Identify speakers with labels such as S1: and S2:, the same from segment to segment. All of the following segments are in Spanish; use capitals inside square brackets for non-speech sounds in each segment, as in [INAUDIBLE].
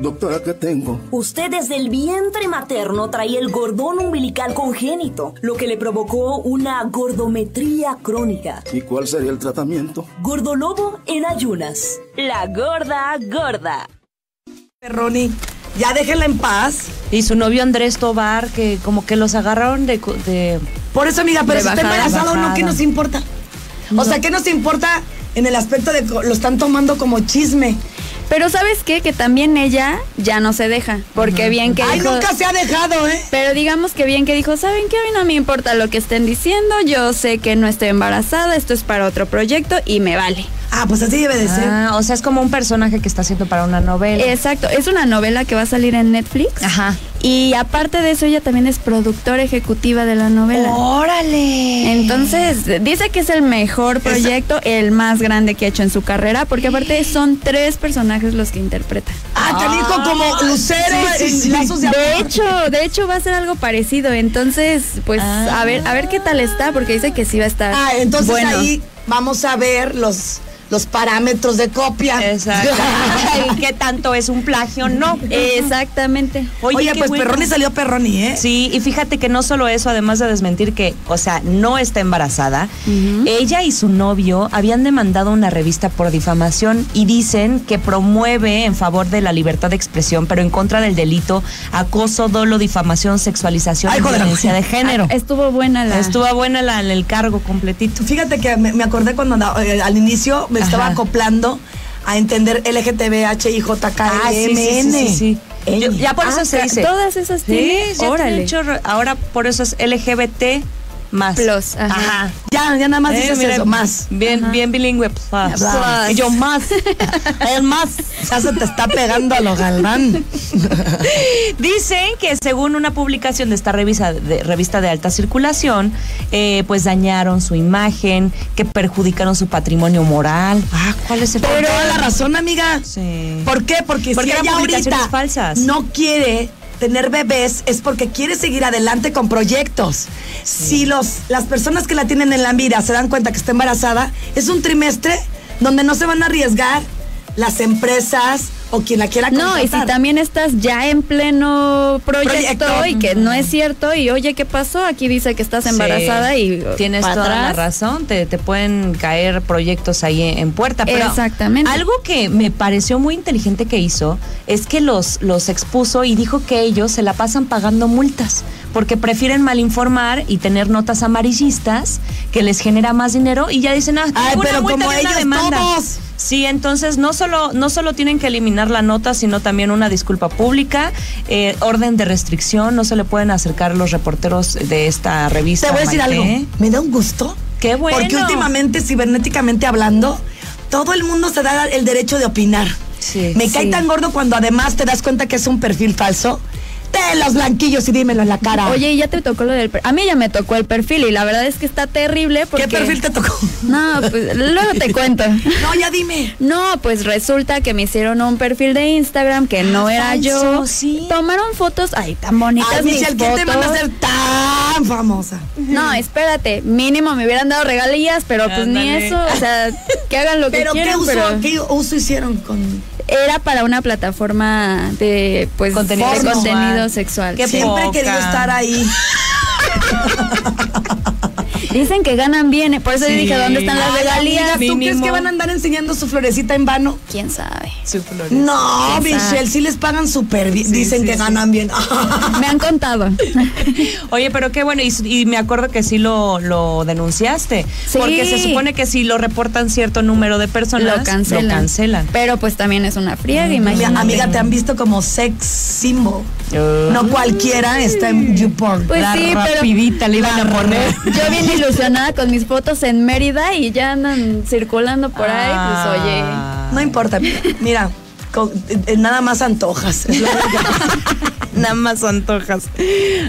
S1: Doctora, ¿qué tengo?
S2: Usted desde el vientre materno traía el gordón umbilical congénito, lo que le provocó una gordometría crónica.
S1: ¿Y cuál sería el tratamiento?
S2: Gordolobo en ayunas. La gorda gorda.
S3: Ronnie, ya déjenla en paz.
S4: Y su novio Andrés Tobar, que como que los agarraron de... co- de-
S3: Por eso, amiga, pero
S4: De
S3: si está
S4: bajada,
S3: embarazada o no,
S4: bajada.
S3: ¿qué nos importa? O sea, ¿qué nos importa en el aspecto de co- lo están tomando como chisme?
S5: Pero ¿sabes qué? Que también ella ya no se deja. Porque bien que
S3: Ay,
S5: dijo...
S3: nunca se ha dejado, ¿eh?
S5: Pero digamos que bien que dijo, ¿saben qué? A mí no me importa lo que estén diciendo, yo sé que no estoy embarazada, esto es para otro proyecto y me vale.
S3: Ah, pues así debe de ser.
S4: Ah, o sea, es como un personaje que está haciendo para una novela.
S5: Exacto, es una novela que va a salir en Netflix.
S4: Ajá.
S5: Y aparte de eso, ella también es productora ejecutiva de la novela.
S4: ¡Órale!
S5: Entonces, dice que es el mejor proyecto, el más grande que ha hecho en su carrera, porque aparte son tres personajes los que interpreta.
S3: Ah, canijo, como lucero
S4: sí, sí,
S3: en
S4: sí.
S3: lazos de amor.
S5: De hecho, de hecho va a ser algo parecido, entonces, pues a ver, a ver qué tal está, porque dice que sí va a estar.
S3: Ah, entonces
S5: bueno.
S3: ahí vamos a ver los, los parámetros de copia. [LAUGHS]
S4: [LAUGHS] Exacto. ¿Y qué tanto es un plagio? No.
S5: Exactamente.
S3: Oye,
S4: qué
S3: pues
S4: bueno.
S3: Perroni salió Perroni, ¿eh?
S4: Sí, y fíjate que no solo eso, además de desmentir que, o sea, no está embarazada, ella y su novio habían demandado una revista por difamación y dicen que promueve en favor de la libertad de expresión, pero en contra del delito acoso, dolo, difamación, sexualización
S3: Ay,
S4: y
S3: hijo de la
S4: violencia de género.
S5: Ah, Estuvo buena la.
S4: Estuvo buena la, el cargo completito.
S3: Fíjate que me, me acordé cuando andaba, eh, al inicio me estaba
S4: Ajá.
S3: acoplando a entender LGTBHIJKLMN.
S4: Ah, sí, sí, sí, sí, sí. Yo- ya por eso
S5: Ah,
S4: se
S5: ca-
S4: dice.
S5: Todas esas tiene.
S4: Sí, ya tiene
S5: Órale.
S4: un chorro. Ahora por eso es LGBT más.
S5: Plus, ajá.
S3: Ya, ya nada más
S4: Eh,
S3: dices
S4: mira,
S3: eso, más.
S4: Bien, bien bilingüe. pues, ah. Plus.
S3: Plus.
S4: Y yo [LAUGHS] más. El más.
S3: Ya se te está pegando a lo galván.
S4: Dicen que según una publicación de esta revista de, revista de alta circulación, eh, pues dañaron su imagen, que perjudicaron su patrimonio moral. Ah, ¿cuál es el
S3: Por toda la razón, amiga.
S4: Sí.
S3: ¿Por qué? Porque, si
S4: Porque eran
S3: ella
S4: publicaciones
S3: ahorita
S4: falsas.
S3: no quiere tener bebés es porque quiere seguir adelante con proyectos. Si los, las personas que la tienen en la vida se dan cuenta que está embarazada, es un trimestre donde no se van a arriesgar las empresas o quien la quiera
S5: No, y si
S3: contratar.
S5: también estás ya en pleno proyecto,
S3: Proyecto.
S5: y que no es cierto, y oye, ¿qué pasó? Aquí dice que estás embarazada
S4: Sí.
S5: y.
S4: tienes
S5: pa'
S4: toda la
S5: atrás.
S4: razón, te, te pueden caer proyectos ahí en, en puerta. Pero
S5: Exactamente.
S4: Algo que me pareció muy inteligente que hizo es que los, los expuso y dijo que ellos se la pasan pagando multas porque prefieren malinformar y tener notas amarillistas que les genera más dinero y ya dicen, ah, tengo
S3: Ay,
S4: una
S3: pero
S4: multa
S3: como
S4: de una
S3: ellos
S4: demanda".
S3: todos.
S4: Sí, entonces no solo, no solo tienen que eliminar la nota, sino también una disculpa pública, eh, orden de restricción, no se le pueden acercar los reporteros de esta revista.
S3: Te voy a decir
S4: Maite.
S3: algo. Me da un gusto.
S4: Qué bueno.
S3: Porque últimamente, cibernéticamente hablando, todo el mundo se da el derecho de opinar.
S4: Sí.
S3: Me cae
S4: Sí.
S3: tan gordo cuando además te das cuenta que es un perfil falso. Te los blanquillos y dímelo en la cara.
S5: Oye, y ya te tocó lo del. per- A mí ya me tocó el perfil, y la verdad es que está terrible porque.
S3: ¿qué perfil te tocó?
S5: No, pues luego te
S4: [LAUGHS]
S5: cuento.
S3: No, ya dime.
S5: No, pues resulta que me hicieron un perfil de Instagram que no
S4: Ah,
S5: era
S4: falso,
S5: yo.
S4: sí.
S5: Tomaron fotos, ay, tan bonitas
S3: Ay,
S5: mis
S3: Michelle, ¿quién te manda a
S5: fotos.
S3: ser tan famosa?
S5: No, espérate, mínimo me hubieran dado regalías, pero pues ni
S4: Ándale.
S5: eso, o sea, que hagan lo
S3: Pero
S5: que
S3: ¿qué
S5: quieran,
S3: uso,
S5: pero
S3: qué uso hicieron con.
S5: era para una plataforma de pues
S4: Contenido
S5: de
S4: sexual.
S5: contenido sexual.
S4: Qué
S5: sí.
S3: Siempre he querido
S4: Poca.
S3: estar ahí.
S5: Dicen que ganan bien, eh, por eso yo dije, ¿dónde están las
S3: Ay,
S5: regalías?
S3: amiga, ¿Tú crees que van a andar enseñando su florecita en vano?
S5: ¿Quién sabe?
S3: No,
S5: Pues, Quién sabe.
S3: Michelle, sí les pagan súper bien. Dicen que ganan bien.
S5: Me han contado.
S4: Oye, pero qué bueno, y, s- y me acuerdo que sí lo, lo denunciaste,
S5: Sí.
S4: porque se supone que si lo reportan cierto número de personas,
S5: lo cancelan.
S4: [LAUGHS] Lo cancelan.
S5: Pero pues también es una friega, imagínate.
S3: Mira, [LAUGHS] amiga, te han visto como sex symbol. No cualquiera está en YouPorn.
S5: Pues sí,
S4: rapidita le iban a poner.
S5: pero yo bien ilusionada con mis fotos en Mérida y ya andan circulando por ahí, pues oye.
S4: Ah.
S3: No importa. Mira, con- eh, eh, nada más antojas. Es lo único.
S4: Nada más antojas.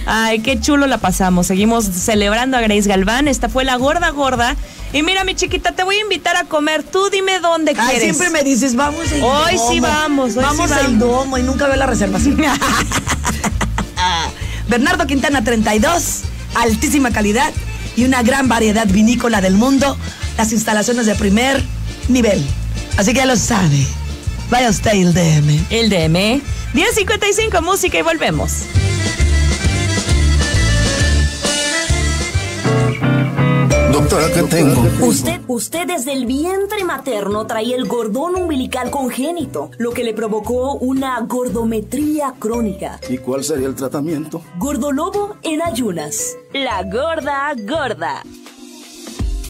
S4: Ay, qué chulo la pasamos. Seguimos celebrando a Grace Galván. Esta fue la gorda gorda. Y mira, mi chiquita, te voy a invitar a comer. Tú dime dónde
S3: Ay,
S4: quieres.
S3: siempre me dices, vamos al
S4: Hoy sí
S3: domo.
S4: vamos, hoy
S3: vamos
S4: sí
S3: al
S4: vamos.
S3: domo y nunca veo la
S4: [LAUGHS]
S3: reservación. Ah, Bernardo Quintana 32, altísima calidad y una gran variedad vinícola del mundo. Las instalaciones de primer nivel. Así que ya lo sabe. Vaya usted el DM.
S4: El DM. 10.55, música y volvemos.
S1: Doctora, ¿qué tengo?
S2: Usted, usted desde el vientre materno traía el gordón umbilical congénito, lo que le provocó una gordometría crónica.
S1: ¿Y cuál sería el tratamiento?
S2: Gordolobo en ayunas. La gorda gorda.